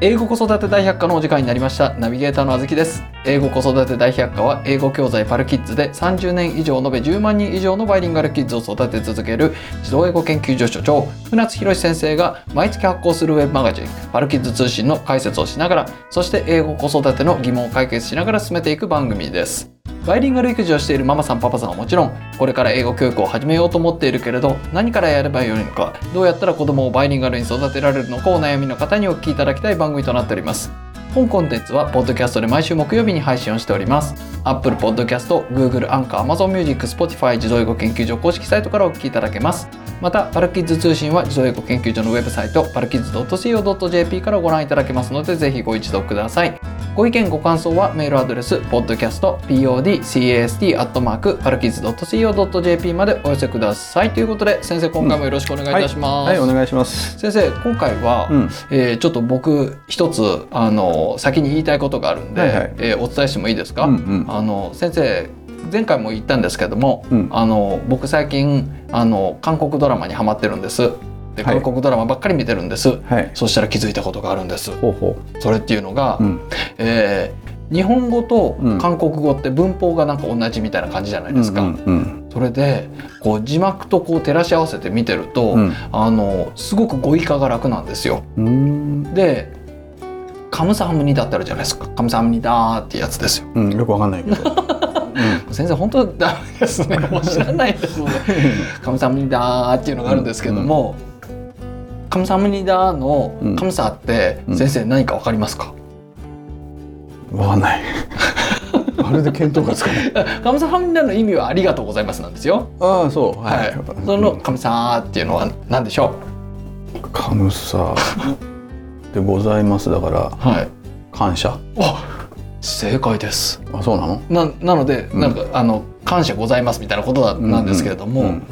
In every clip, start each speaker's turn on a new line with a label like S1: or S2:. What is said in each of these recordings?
S1: 英語子育て大百科のお時間になりましたナビゲーターのあずきです英語子育て大百科は英語教材パルキッズで30年以上延べ10万人以上のバイリンガルキッズを育て続ける児童英語研究所所長船津博史先生が毎月発行するウェブマガジンパルキッズ通信の解説をしながらそして英語子育ての疑問を解決しながら進めていく番組ですバイリンガル育児をしているママさんパパさんはもちろんこれから英語教育を始めようと思っているけれど何からやればよいのかどうやったら子供をバイリンガルに育てられるのかお悩みの方にお聞きいただきたい番組となっております本コンテンツはポッドキャストで毎週木曜日に配信をしております Apple Podcast、Google、Anchor、Amazon Music、Spotify 自動英語研究所公式サイトからお聞きいただけますまたパルキッズ通信は自動英語研究所のウェブサイトパルキッズ .co.jp からご覧いただけますのでぜひご一読くださいご意見ご感想はメールアドレス podcastpodcast.co.jp までお寄せくださいということで先生今回もよろしくお願いいたします、
S2: はい、お願いします。
S1: 先生今回は、
S2: うん、
S1: えーちょっと僕一つあの先に言いたいことがあるんで、
S2: はいはい
S1: えーお伝えしてもいいですか、
S2: うんうん
S1: あの先生前回も言ったんですけども、
S2: うん
S1: あの僕最近あの韓国ドラマにハマってるんですで
S2: はい
S1: 韓国ドラマばっかり見てるんです、
S2: はい。
S1: そしたら気づいたことがあるんです
S2: ほうほ
S1: それっていうのが、
S2: う。うん、
S1: えー日本語と
S2: うん
S1: 韓国語って文法がなんか同じみたいな感じじゃないですか、
S2: うんうん
S1: それでこう字幕とこう照らし合わせて見てると、
S2: うん。
S1: あのすごく語彙化が楽なんですよ
S2: うん。うん
S1: で「カムサハムニダ」ってあるじゃないですか「カムサハムニダ」ってやつですよ
S2: うん、よくわかんないけど。
S1: 先生本当ダメです ねもう知らないですもんね「カムサハムニダ」っていうのがあるんですけども「カムサハムニダ」の
S2: う
S1: 「
S2: ん
S1: カムサ」って
S2: うん
S1: 先生何かわかりますか、
S2: うん、わかん ない。まるで見当がつかない。
S1: カムサハムニダの意味は「ありがとうございます」なんですよ
S2: ああ、そう。は。
S1: はいい、その「カムサ」っていうのは何でしょ
S2: うんカムサでございますだから
S1: うはい
S2: 感謝。
S1: あ正解です
S2: あ、そうなの？
S1: ななので、
S2: うん
S1: なんかあの「感謝ございます」みたいなことなんなんですけれども、
S2: うんうん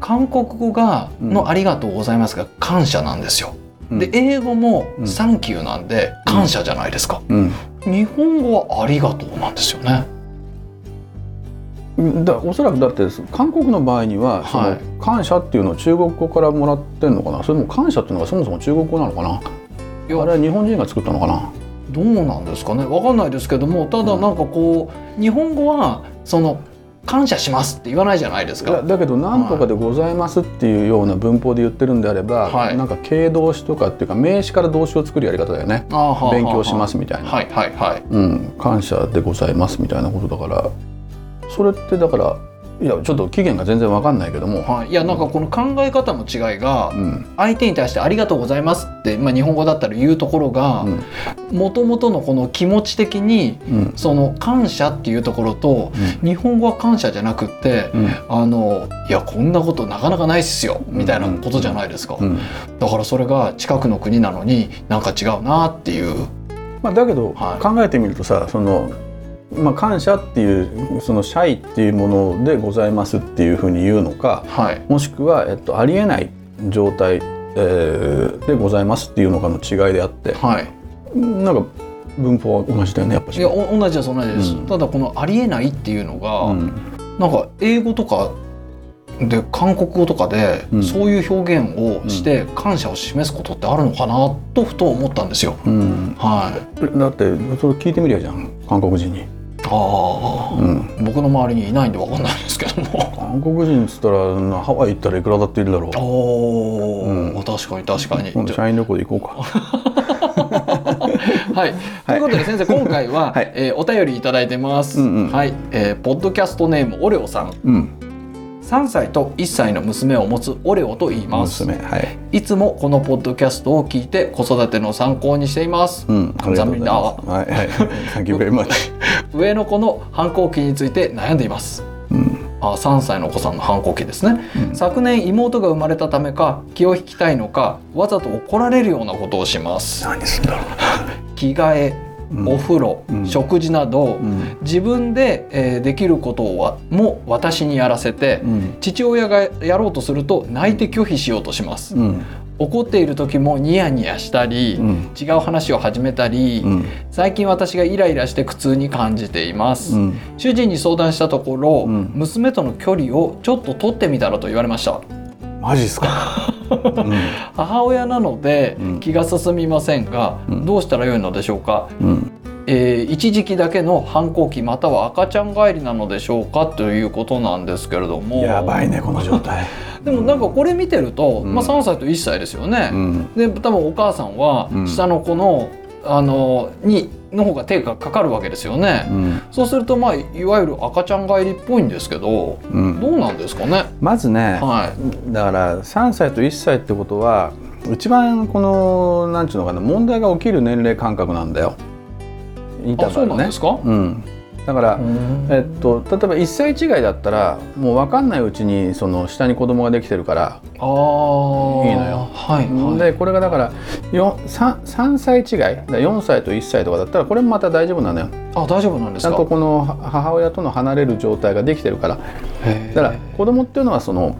S1: 韓国語が
S2: うん
S1: の「ありがとうございます」が感謝なんですよ。
S2: うん
S1: で英語も
S2: う
S1: 「
S2: ん
S1: サンキュー」なんで感謝じゃないですか。日本語は「ありがとう」なんですよね。
S2: うん。だおそらくだって韓国の場合には、その
S1: はい
S2: 感謝っていうのを中国語からもらってんのかなそれとも感謝っていうのがそもそも中国語なのかない
S1: や
S2: あれは日本人が作ったのかな
S1: どうなんですかねわかんないですけどもただなんかこう日本語はその「感謝します」って言わないじゃないです
S2: だ
S1: か。
S2: だけど「なんとかでございます」っていうような文法で言ってるんであれば、
S1: はい
S2: なんか形動詞とかっていうか名詞から動詞を作るやり方だよね
S1: あーはあはあはあ
S2: 勉強しますみたいな、
S1: はいはいはい。
S2: うん、感謝でございますみたいなことだからそれってだからいやちょっと期限が全然わかんないけども、
S1: はい、いやなんかこの考え方の違いが
S2: うん
S1: 相手に対して「ありがとうございます」って、まあ、日本語だったら言うところが
S2: うん
S1: もともとのこの気持ち的に
S2: うん
S1: その感謝っていうところと日本語は感謝じゃなくって
S2: うん
S1: あのいやこんなことなかなかないっすよみたいなことじゃないですか、
S2: うん
S1: だからそれが近くの国なのになんか違うなっていう
S2: まあ、だけど
S1: はい
S2: 考えてみるとさその、まあ、感謝っていうその「謝意」っていうもので「ございます」っていうふうに言うのか、
S1: はい
S2: もしくは、えっと、ありえない状態、えーでございますっていうのかの違いであって
S1: はい
S2: なんか文法は同じだよねやっぱ
S1: い
S2: し。
S1: やお同じです同じです、
S2: うん
S1: ただこの「ありえない」っていうのが、
S2: うん
S1: なんか英語とかで韓国語とかで
S2: うん
S1: そういう表現をして感謝を示すことってあるのかなとふと思ったんですよ。
S2: うん、
S1: はい、
S2: だってそれ聞いてみりゃいいじゃん韓国人に、
S1: ああ
S2: うん、
S1: 僕の周りにいないんでわかんないですけども。
S2: 韓国人っつったらハワイ行ったらいくらだっているだろう
S1: おー
S2: うん
S1: 確かに確かに。
S2: 今度
S1: じゃ
S2: 社員旅行で行 こうか
S1: あはい、ということで先生今回は、
S2: はい
S1: えーお便りいただいてます。
S2: うんうん
S1: はい、えーポッドキャストネームオレオさん、
S2: うん
S1: 3歳と1歳の娘を持つオレオと言います。
S2: 娘はい、
S1: いつもこのポッドキャストを聞いて子育ての参考にしています。
S2: うん、ありがとうございますはいはい Thank you very much
S1: 上の子の反抗期について悩んでいます。
S2: うん
S1: あ3歳のお子さんの反抗期ですね、
S2: うん
S1: 昨年妹が生まれたためか気を引きたいのかわざと怒られるようなことをします
S2: 何するんだろ
S1: 着替え
S2: ううん
S1: お風呂、
S2: うん
S1: 食事など、
S2: うん
S1: 自分で、えーできることはも私にやらせて、
S2: うん
S1: 父親がやろうとすると泣いて拒否しようとします、
S2: うん
S1: 怒っている時もニヤニヤしたり、
S2: うん
S1: 違う話を始めたり、
S2: うん
S1: 最近私がイライラして苦痛に感じています、
S2: うん
S1: 主人に相談したところ、
S2: うん
S1: 娘との距離をちょっと取ってみたらと言われました
S2: マジっすか、う
S1: 母親なので
S2: うん
S1: 気が進みませんが、
S2: うん
S1: どうしたらよいのでしょうか、
S2: んうん、
S1: えー一時期だけの反抗期または赤ちゃん帰りなのでしょうかということなんですけれども
S2: やばいねこの状態、
S1: でもなんかこれ見てると、
S2: うん
S1: まあ、3歳と1歳ですよね
S2: う、ん、
S1: で多分お母さんは
S2: うん
S1: 下の子の,、あのにの方が手がかかるわけですよね、
S2: うん
S1: そうするとまあいわゆる赤ちゃん帰りっぽいんですけど
S2: うん、
S1: どうなんですかね
S2: まずね、
S1: は
S2: だから3歳と1歳ってことは一番このなんちゅうのかな問題が起きる年齢感覚なんだよイン
S1: い
S2: タ
S1: あ
S2: ー
S1: そう
S2: バル
S1: なんで
S2: ね
S1: すか、
S2: うん、だから、えっと、例えば1歳違いだったらもう分かんないうちにその下に子供ができてるから、
S1: ああ
S2: いいのよ
S1: はいはい
S2: でこれがだからよんさん3歳違いだから4歳と1歳とかだったらこれもまた大丈夫なのよ
S1: あ大丈夫なんで
S2: ち
S1: す
S2: ゃん
S1: か
S2: とこのは母親との離れる状態ができてるから
S1: へー
S2: だから子供っていうのはその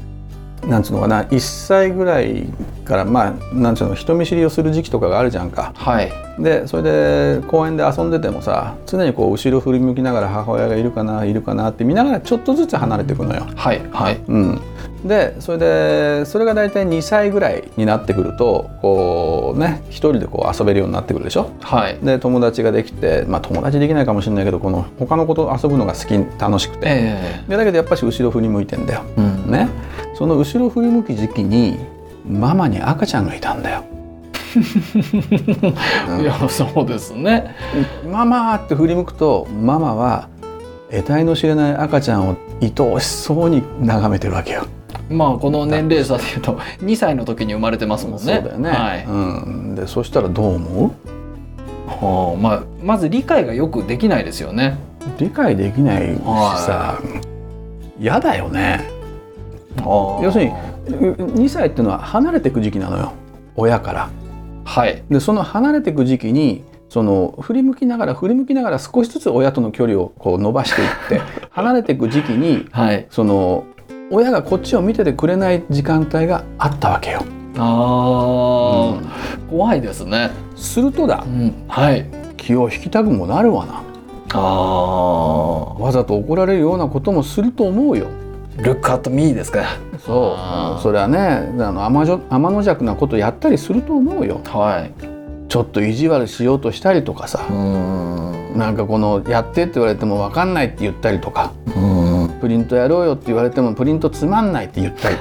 S2: なんつうのかな1歳ぐらいからまあなんつうの人見知りをする時期とかがあるじゃんか
S1: はい
S2: でそれで公園で遊んでてもさ常にこう後ろ振り向きながら母親がいるかないるかなって見ながらちょっとずつ離れていくのよ。
S1: はいはい
S2: うん、でそれでそれが大体2歳ぐらいになってくるとこうね一人でこう遊べるようになってくるでしょ
S1: はい
S2: で友達ができてまあ友達できないかもしれないけどこの他の子と遊ぶのが好き楽しくて、
S1: え
S2: でだけどやっぱし後ろ振り向いてんだよ、
S1: えうん
S2: ね、その後ろ振り向き時期にママに赤ちゃんがいたんだようん
S1: いやそうですね
S2: ママって振り向くとママは得体の知れない赤ちゃんを愛おしそうに眺めてるわけよ。
S1: まあこの年齢差でいうと2歳 の時に生まれてますもんね
S2: そうだよね。
S1: はい
S2: うん、でそしたらどう思
S1: はあまあ、まず理解がよくできないですよね。
S2: う理解できないし
S1: は
S2: さ嫌だよね。要するに2歳っていうのは離れていく時期なのよ親から。
S1: はい
S2: でその離れていく時期にその振り向きながら振り向きながら少しずつ親との距離をこう伸ばしていって 離れていく時期に
S1: はい
S2: その親がこっちを見ててくれない時間帯があったわけよ。
S1: あ
S2: うん
S1: ー、怖いですね。
S2: するとだ
S1: うん、はい
S2: 気を引きたくもなるわな
S1: あ
S2: わざと怒られるようなこともすると思うよ。
S1: ールックアットミーですか。
S2: そ
S1: あー
S2: うそれはねあの天じょ天の弱なことやったりすると思うよ
S1: はい。
S2: ちょっと意地悪しようとしたりとかさ
S1: う、ん
S2: なんかこの「やって」って言われても分かんないって言ったりとか
S1: うん
S2: 「プリントやろうよ」って言われても「プリントつまんない」って言ったり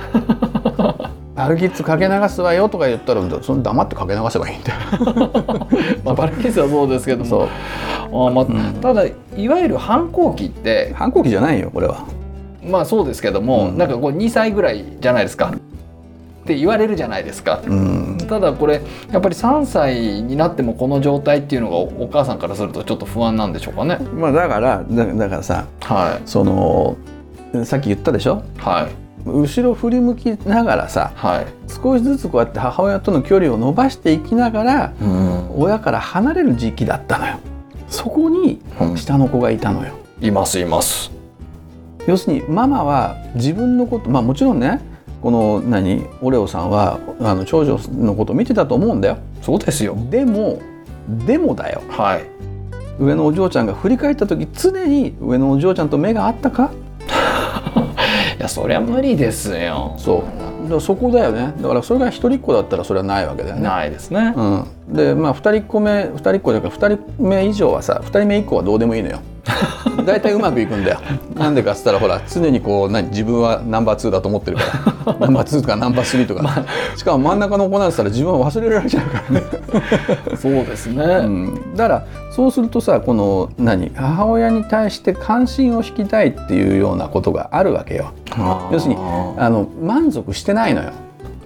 S2: 「アルキッズかけ流すわよ」とか言ったらその黙ってかけ流せばいいんだよ。
S1: まあバルキスはそうですけども。
S2: そう
S1: あーまあ
S2: うん
S1: ただいわゆる反抗期って
S2: 反抗期じゃないよこれは。
S1: まあそうですけども、
S2: うん
S1: なんかこう2歳ぐらいじゃないですかって言われるじゃないですか。
S2: うん
S1: ただこれやっぱり3歳になってもこの状態っていうのがおお母さんからするとちょっと不安なんでしょうかね。
S2: まあだからだだからさ
S1: はい
S2: そのさっき言ったでしょ
S1: はい
S2: 後ろ振り向きながらさ
S1: はい。
S2: 少しずつこうやって母親との距離を伸ばしていきながら
S1: うん
S2: 親から離れる時期だったのよそこに下の子がいたのよ
S1: いますいます。
S2: 要するにママは自分のことまあもちろんねこの何オレオさんはあの長女のこと見てたと思うんだよ
S1: そうですよ。
S2: でもでもだよ
S1: はい。
S2: 上のお嬢ちゃんが振り返った時常に上のお嬢ちゃんと目があったか
S1: いやそりゃ無理ですよ。
S2: そうだからそこだよねだからそれが一人っ子だったらそれはないわけだよね
S1: ないですね。
S2: うん、でまあ2人っ子目2人っ子だから2人目以上はさ2人目以降はどうでもいいのよ 大体うまくいくんだよなんでかっつったらほら常にこう何自分はナンバー2だと思ってるから ナンバー2とかナンバー3とか、しかも真ん中の子なんて言ったら自分は忘れられちゃうか らね、
S1: そうですね。
S2: うん、だからそうするとさこの何母親に対して関心を引きたいっていうようなことがあるわけよ
S1: あー
S2: 要するにあの満足してないのよ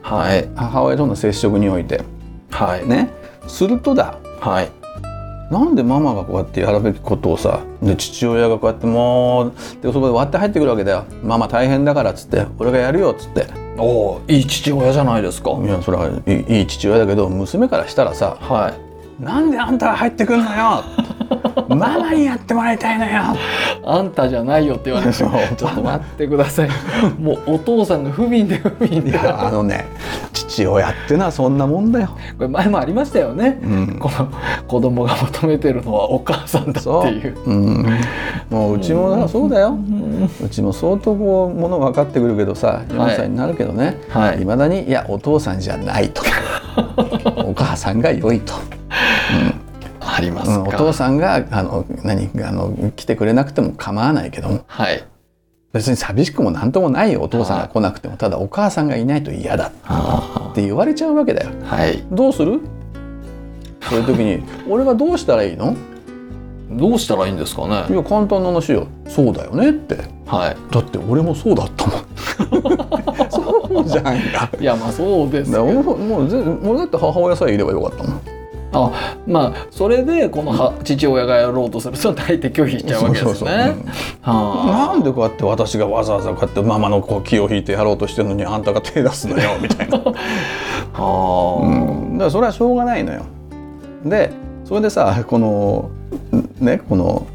S1: はい
S2: 母親との接触において
S1: はい
S2: ねするとだ
S1: はい。
S2: なんでママがこうやってやるべきことをさで父親がこうやってもうでそこで割って入ってくるわけだよ「ママ大変だから」っつって「俺がやるよ」っつって
S1: おおいい父親じゃないですか。
S2: いやそれはいいいい父親だけど娘からしたらさ
S1: はい。
S2: 「なんであんたが入ってくんのよ」ママにやってもらいたいのよ
S1: あんたじゃないよって言われてち
S2: そ
S1: ょ
S2: う
S1: っと待ってくだ さいもうお父さんが不憫で不憫
S2: い
S1: で
S2: やあのね父親ってのはそんなもんだよ、
S1: これ前もありましたよね、
S2: うん
S1: この子供が求めてるのはお母さんだっ
S2: そ
S1: て
S2: う
S1: いう。
S2: うん、もううちもだそうだよ
S1: うん
S2: うちも相当こうもの分かってくるけどさ4歳になるけどね、
S1: はい
S2: まだにいやお父さんじゃないとお母さんが良いと、
S1: あります
S2: う
S1: か、
S2: んお父さんがあの何あの来てくれなくても構わないけども
S1: はい
S2: 別に寂しくも何ともないよお父さんが来なくてもただお母さんがいないと嫌だって言われちゃうわけだよ。
S1: はい
S2: どうするそういう時に俺はどうしたらいいの
S1: どうしたらいいんですか
S2: い
S1: ね
S2: や簡単な話よそうだよねって
S1: は
S2: だって俺もそうだったもんそうじゃんか
S1: いいやまあそうです
S2: だ
S1: よ
S2: 俺ももうぜ俺だって母親さえいればよかったもん
S1: あまあそれでこのは父親がやろうとすると大抵拒否しちゃうわけですね
S2: そうそうそううん
S1: は
S2: なんでこうやって私がわざわざこうやってママのこう気を引いてやろうとしてるのにあんたが手出すのよみたいな、
S1: あは
S2: う
S1: あ、
S2: ん、だからそれはしょうがないのよでそれでさこのねこの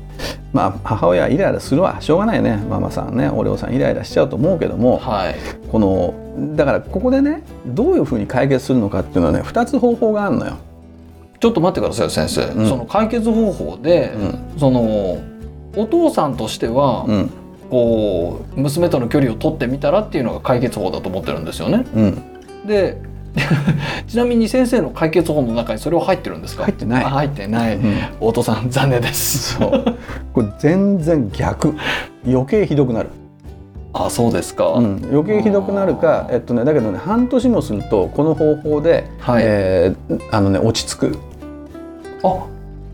S2: まあ母親イライラするわしょうがないよねママさんねお嬢さんイライラしちゃうと思うけども
S1: はい
S2: このだからここでねどういうふうに解決するのかっていうのはね2つ方法があるのよ。
S1: ちょっと待ってください先生、
S2: ん
S1: その解決方法で、
S2: う
S1: そのお父さんとしては、
S2: うん
S1: こう娘との距離を取ってみたらっていうのが解決法だと思ってるんですよね
S2: うん、
S1: で ちなみに先生の解決法の中にそれは入ってるんですか
S2: 入ってない
S1: あ入ってない、
S2: うん
S1: お父さん残念 です
S2: そうこれ全然逆余計ひどくなる、
S1: あそうですか、
S2: うん、余計ひどくなるか
S1: あー
S2: えっとねだけどね半年もするとこの方法で、
S1: はい
S2: えーあのね落ち着く
S1: あ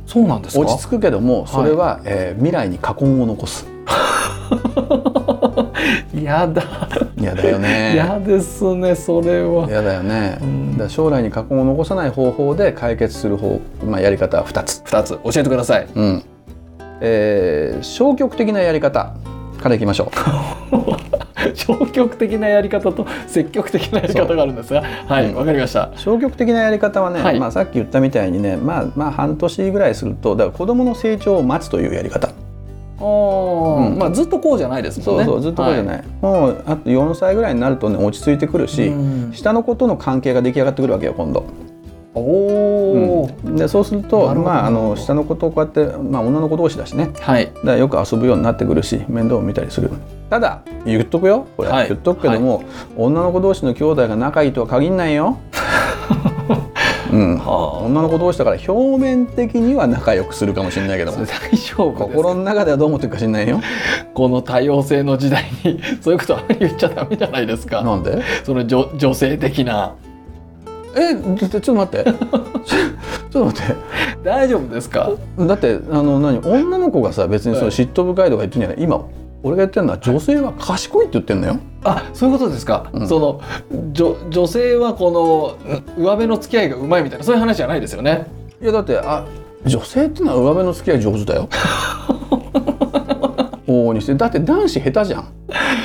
S1: そうなんですか
S2: 落ち着くけどもそれは、えー未来に禍根を残す
S1: やだ、
S2: 嫌だよね
S1: やですねそれは
S2: 嫌だよね、
S1: うん
S2: だから将来に禍根を残さない方法で解決する方、まあ、やり方は2つ、
S1: 2つ教えてください
S2: うんえー消極的なやり方からいき ましょう
S1: 消極的なやり方と積極的なやり方があるんですがはい
S2: うん
S1: わ、かりました
S2: 消極的なやり方はね、
S1: はい
S2: まあ、さっき言ったみたいにね、まあ、まあ半年ぐらいするとだから子どもの成長を待つというやり方
S1: おー
S2: うん
S1: まあずっとこうじゃないですも
S2: そ
S1: ん
S2: う
S1: ね
S2: そう、ずっとこうじゃ
S1: は
S2: ない、もうあと4歳ぐらいになるとね落ち着いてくる
S1: い
S2: し、
S1: うん
S2: 下の子との関係が出来上がってくるわけよ今度。
S1: おお、
S2: うんでそうする
S1: な
S2: と
S1: るほど
S2: まあ、あの下の子とこうやって、まあ、女の子同士だしね
S1: はい
S2: だからよく遊ぶようになってくるし面倒を見たりするただ言っとくよこれ、
S1: はい
S2: 言っとくけども、女の子同士の兄弟が仲いいとは限んな いよ。うん、
S1: は
S2: 女の子同士だから表面的には仲良くするかもしれないけど
S1: あ、大
S2: も
S1: 丈夫です
S2: 心の中ではどう思ってるか知んないよ。
S1: この多様性の時代に そういうことあんまり言っちゃダメじゃないですか、
S2: なんで
S1: その女女性的な
S2: えちょちょっと待ってちょちょっと待って
S1: 大丈夫ですか
S2: だってあの何女の子がさ別にそ
S1: は
S2: の
S1: い
S2: 嫉妬深いとか言ってんじゃない今俺が言ってるのは女性は賢いって言ってんのよ。
S1: あそういうことですか、
S2: うん
S1: その女女性はこのうん上辺の付き合いがうまいみたいなそういう話じゃないですよね
S2: いやだってあ女性ってのは上辺の付き合い上手だよ。 往々にしてだって男子下手じゃん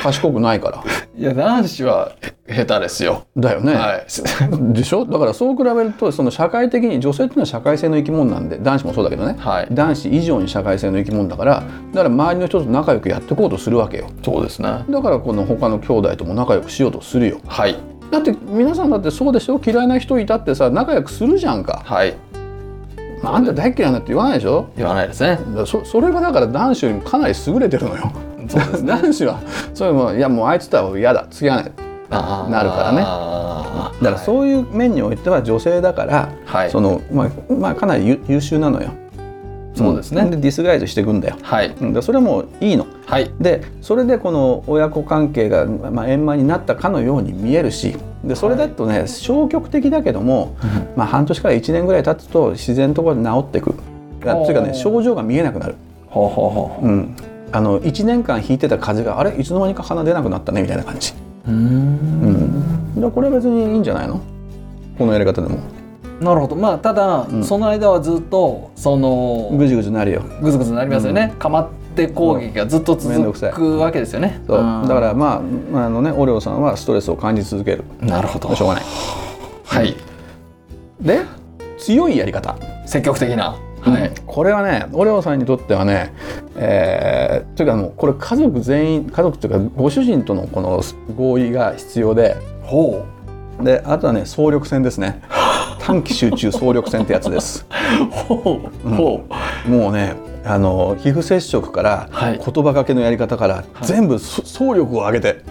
S2: 賢くないから
S1: いや男子は下手ですよ、
S2: だよね、
S1: はい
S2: でしょだからそう比べるとその社会的に女性っていうのは社会性の生き物なんで男子もそうだけどね、
S1: はい
S2: 男子以上に社会性の生き物だからだから周りの人と仲良くやっていこうとするわけよ
S1: そうですね
S2: だからこの他の兄弟とも仲良くしようとするよ
S1: はい
S2: だって皆さんだってそうでしょ嫌いな人いたってさ仲良くするじゃんか、
S1: はい
S2: まあ、あんた大嫌いなって言わないでしょ
S1: 言わないですね
S2: だからそそれがだから男子よりもかなり優れてるのよ
S1: そうですね
S2: 男子はそういうもういやもうあいつとは嫌だ付き合わない
S1: あー
S2: なるからね
S1: あー
S2: だからそういう面においては女性だから、
S1: はい
S2: そのまあ、まあかなり優優秀なのよ。
S1: そうですね
S2: んでディスガイズしていくんだよ。
S1: はい
S2: うんだからそれはもういいの。
S1: はい
S2: でそれでこの親子関係が、まあ、円満になったかのように見えるしでそれだとね、消極的だけども、まあ、半年から1年ぐらい経つと自然とこれ治っていく。いや
S1: おー
S2: というかね症状が見えなくなる。
S1: ほうほうほ
S2: うんあの1年間引いてた風邪があれいつの間にか鼻出なくなったねみたいな感じ、
S1: ううーん
S2: うん、だからこれは別にいいんじゃないのこのやり方でも
S1: なるほどまあただ、
S2: ん
S1: その間はずっとその
S2: ぐじゅぐじゅなるよ
S1: ぐずぐずなりますよね、かまって攻撃がずっと
S2: めん
S1: 続
S2: どくさい
S1: くわけですよね
S2: そう
S1: うん
S2: だからまああのねオレオさんはストレスを感じ続ける
S1: なるほど
S2: しょうがない
S1: はい
S2: で強いやり方
S1: 積極的なはい
S2: うんこれはねオレオさんにとってはね、えーというかもうこれ家族全員家族というかご主人とのこの合意が必要で
S1: ほ
S2: であとはね総力戦ですね 短期集中総力戦ってやつです
S1: うほう
S2: うん
S1: ほう
S2: もうねあの皮膚接触から、
S1: はい
S2: 言葉がけのやり方から、
S1: はい
S2: 全部そ総力を上げて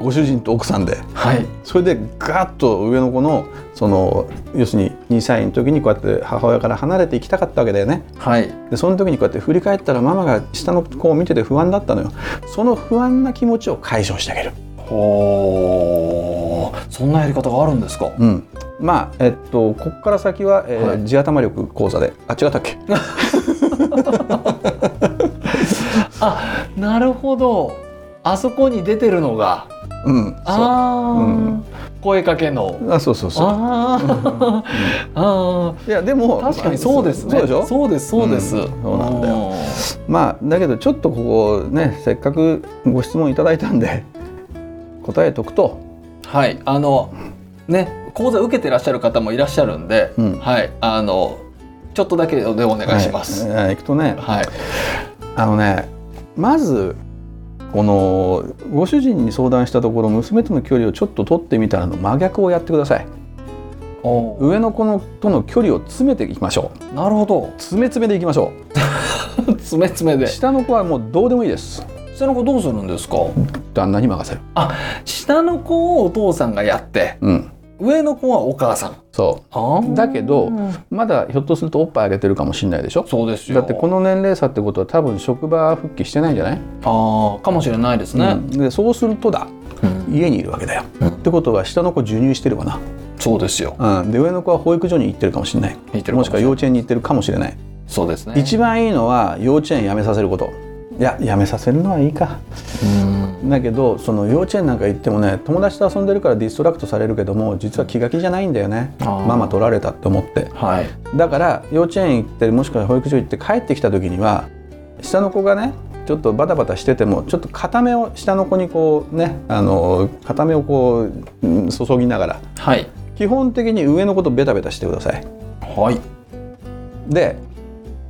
S2: ご主人と奥さんで
S1: はい
S2: それでガーッと上の子のその要するに2歳の時にこうやって母親から離れていきたかったわけだよね
S1: はい
S2: でその時にこうやって振り返ったらママが下の子を見てて不安だったのよその不安な気持ちを解消してあげる、
S1: ほうそんなやり方があるんですか
S2: うん、まあえっとここから先は、えー
S1: はい
S2: 地頭力講座であ違ったっけ
S1: あなるほどあそこに出てるのが
S2: うんそう
S1: あー、
S2: うん
S1: 声かけの
S2: あそうそうそう
S1: あーあー
S2: いやでも
S1: 確かにそうですね、
S2: そうでしょ
S1: そうですそうです、
S2: うんそうなんだよ
S1: よ
S2: まあだけどちょっとここねせっかくご質問いただいたんで答えとくと、
S1: はいあのね講座受けてらっしゃる方もいらっしゃるんで、
S2: うん
S1: はいあのちょっとだけでお願いします
S2: はいえーいくとね
S1: はい
S2: あのねまずこのご主人に相談したところ娘との距離をちょっと取ってみたらの真逆をやってください
S1: おー
S2: 上の子のとの距離を詰めていきましょう
S1: なるほど
S2: 詰め詰めでいきましょ
S1: 詰め詰め
S2: う
S1: で
S2: 下の子はもうどうでもいいです
S1: 下の子どうするんですか
S2: 旦那に任せる
S1: 下の子をお父さんがやって
S2: うん
S1: 上の子はお母さん
S2: そ
S1: あー
S2: だけどうまだひょっとするとおっぱいあげてるかもしれないでしょ
S1: そうですよ
S2: だってこの年齢差ってことは多分職場復帰してないんじゃない、
S1: ああかもしれないです
S2: う
S1: ね、
S2: んでそうするとだ
S1: うん
S2: 家にいるわけだよ、
S1: うん
S2: ってことは下の子授乳してるわ
S1: そうですよ
S2: な、うん、で上の子は保育所に行ってるかもしれない
S1: 言ってる
S2: もしくは幼稚園に行ってるかもしれない
S1: そうですね
S2: 一番いいのは幼稚園辞めさせることいや辞めさせるのはいいか
S1: うん
S2: だけどその幼稚園なんか行ってもね友達と遊んでるからディストラクトされるけども実は気が気じゃないんだよね
S1: あー
S2: ママ取られたって思って
S1: はい
S2: だから幼稚園行ってもしくは保育所行って帰ってきた時には下の子がねちょっとバタバタしててもちょっと片目を下の子にこうねあの片目をこううん注ぎながら
S1: はい
S2: 基本的に上の子とベタベタしてください
S1: はい
S2: で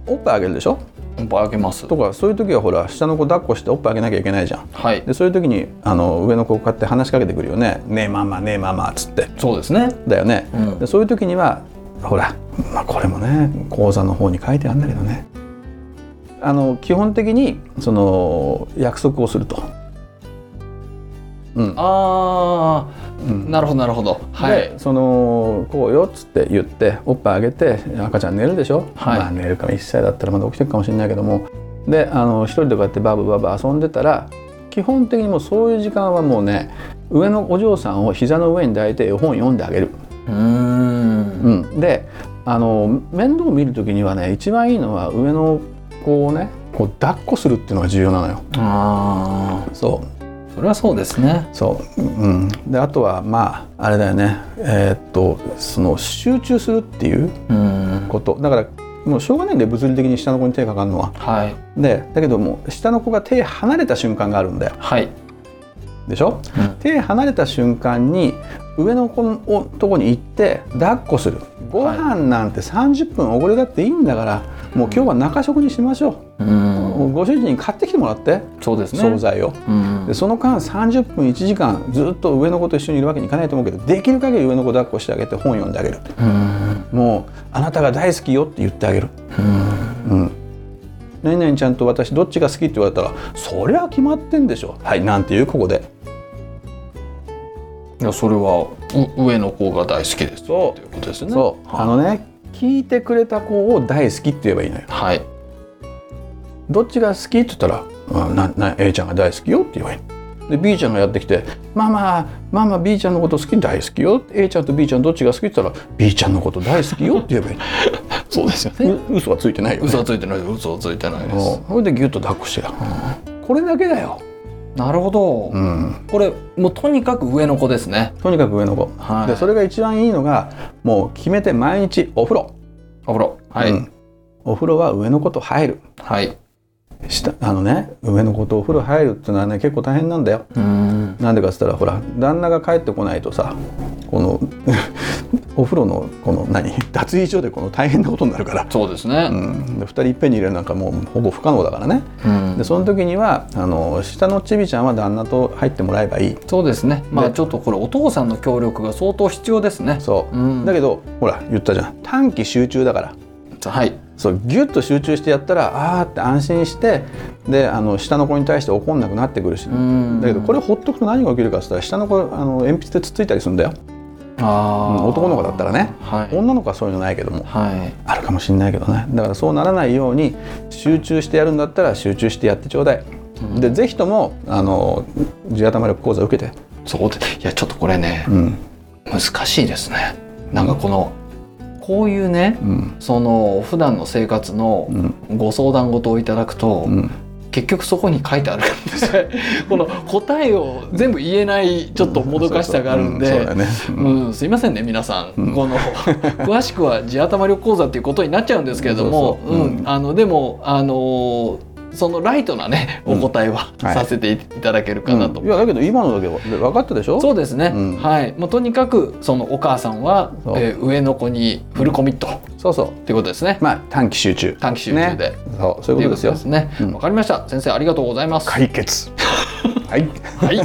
S2: おっぱいあげるでしょ
S1: おっぱいあげます
S2: とかそういう時はほら下の子抱っこしておっぱいあげなきゃいけないじゃん
S1: はい
S2: でそういう時にあの上の子をこうやって話しかけてくるよね「ねえママねえママ」っつって
S1: そうですね
S2: だよね、
S1: うん
S2: でそういう時にはほら、まあ、これもね講座の方に書いてあるんだけどねあの基本的にその約束をすると。うん
S1: あ
S2: う
S1: あ
S2: ん
S1: なるほどなるほどはい
S2: でそのこうよっつって言っておっぱいあげて赤ちゃん寝るでしょ、
S1: はい
S2: まあ、寝るか1歳だったらまだ起きてるかもしれないけどもであの一人でこうやってバブバブ遊んでたら基本的にもうそういう時間はもうね上のお嬢さんを膝の上に抱いて絵本読んであげる、
S1: うーん
S2: うん、であの面倒を見る時にはね一番いいのは上の子をねこう抱っこするっていうのが重要なのよ。
S1: あ
S2: そう
S1: あそれはそうですね
S2: そう、うん、であとはまああれだよねえーっとその集中するっていう
S1: うん
S2: ことだからもうしょうがないんで物理的に下の子に手がかかるのは
S1: はい
S2: でだけども下の子が手離れた瞬間があるんだよ
S1: はい
S2: でしょ
S1: うん
S2: 手離れた瞬間に上の子のとこに行って抱っこするご飯なんて30分おごれだっていいんだから、もう今日は中食にしましょう、
S1: うん
S2: ご主人に買ってきてもらって
S1: そうですね
S2: 惣菜を、
S1: うん
S2: でその間30分1時間ずっと上の子と一緒にいるわけにいかないと思うけどできる限り上の子抱っこしてあげて本読んであげる
S1: うん
S2: もうあなたが大好きよって言ってあげる
S1: うん
S2: うん「何々ちゃんと私どっちが好き?」って言われたら「そりゃ決まってんでしょ」はいなんていうここで
S1: いやそれはう上の子が大好きです
S2: そ
S1: といううことですね
S2: そうあのね聞いてくれた子を大好きって言えばいいのよ
S1: はい
S2: どっちが好きって言ったら「うん、なな A ちゃんが大好きよ」って言えばいいので B ちゃんがやってきて「ママママ B ちゃんのこと好き大好きよ」A ちゃんと B ちゃんどっちが好きって言ったら「B ちゃんのこと大好きよ」って言えばいい
S1: そうですよ
S2: のう嘘はついてないよ、ね、
S1: 嘘はついてない嘘はついてないで
S2: う
S1: す
S2: んそれでギュッと抱っこしてやるこれだけだよ、
S1: なるほど、
S2: うん、
S1: これもうとにかく上の子ですね
S2: とにかく上の子
S1: はい
S2: でそれが一番いいのがもう決めて毎日お風呂、
S1: お風呂はい、
S2: うんお風呂は上の子と入る
S1: はい
S2: 下あのね上の子とお風呂入るっていうのはね結構大変なんだよ
S1: うん
S2: なんでかっつったらほら旦那が帰ってこないとさこの お風呂のこの何脱衣所でこの大変なことになるから、
S1: そうです
S2: う
S1: ね。
S2: ん、で2人いっぺんに入れるなんかもうほぼ不可能だからね
S1: うん
S2: でその時にはあの下のちびちゃんは旦那と入ってもらえばいい
S1: そうですね。まあ
S2: で
S1: ちょっとこれお父さんの協力が相当必要ですね。
S2: そう、
S1: うん
S2: だけどほら言ったじゃん短期集中だから
S1: はい。
S2: そうギュッと集中してやったらあーって安心してであの下の子に対して怒んなくなってくるし、
S1: ん
S2: だけどこれほっとくと何が起きるかって言ったら下の子あの鉛筆でつっついたりするんだよ、
S1: あ
S2: う
S1: あ、
S2: ん男の子だったらね
S1: はい。
S2: 女の子はそういうのないけども
S1: はい。
S2: あるかもしれないけどねだからそうならないように集中してやるんだったら集中してやってちょうだい、でぜひともあの地頭力講座受けて、
S1: そうでいやちょっとこれね、
S2: うん
S1: 難しいですね。なんかこのこういうね、
S2: うん
S1: その普段の生活の
S2: うん
S1: ご相談事をいただくと、
S2: うん、
S1: 結局そこに書いてあるんです ねこの答えを全部言えないちょっともどかしさがあるん
S2: うんそう
S1: で
S2: だ。ね、うん
S1: うん、すいませんね皆さん、こ の詳しくは地頭力講座っていうことになっちゃうんですけれども
S2: そうそう
S1: うん
S2: うん
S1: あのでもあのーそのライトなねお答えは、
S2: うんはい
S1: させていただけるかなと、
S2: うんいやだけど今のだけはで分かったでしょ
S1: そうですね、
S2: うん
S1: はいもうとにかくそのお母さんは
S2: そう、
S1: えー上の子にフルコミットっ
S2: そうそう
S1: ていうことですね
S2: まあ短期集中
S1: 短期集中で、
S2: ね、そうそういうことです
S1: ということ
S2: よ
S1: ですね
S2: う
S1: わ
S2: ん、
S1: かりました先生ありがとうございます
S2: 解決 はい
S1: はい。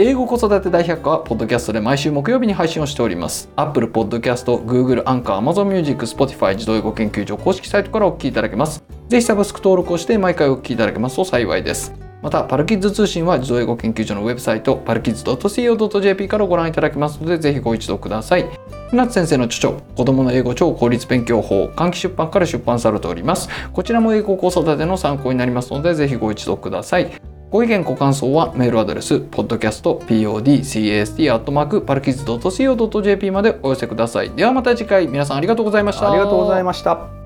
S1: 英語子育て大百科はポッドキャストで毎週木曜日に配信をしております。Apple Podcast、Google、Anchor、Amazon Music、Spotify 自動英語研究所公式サイトからお聞きいただけます。ぜひサブスク登録をして毎回お聞きいただけますと幸いです。また、パルキッズ通信は自動英語研究所のウェブサイト、パルキッズ .co.jp からご覧いただけますので、ぜひご一読ください。船津先生の著書、子供の英語超効率勉強法、換気出版から出版されております。こちらも英語子育ての参考になりますので、ぜひご一読ください。ご意見、ご感想はメールアドレス、podcast.podcast.co.jp までお寄せください。ではまた次回、皆さんありがとうございました。
S2: ありがとうございました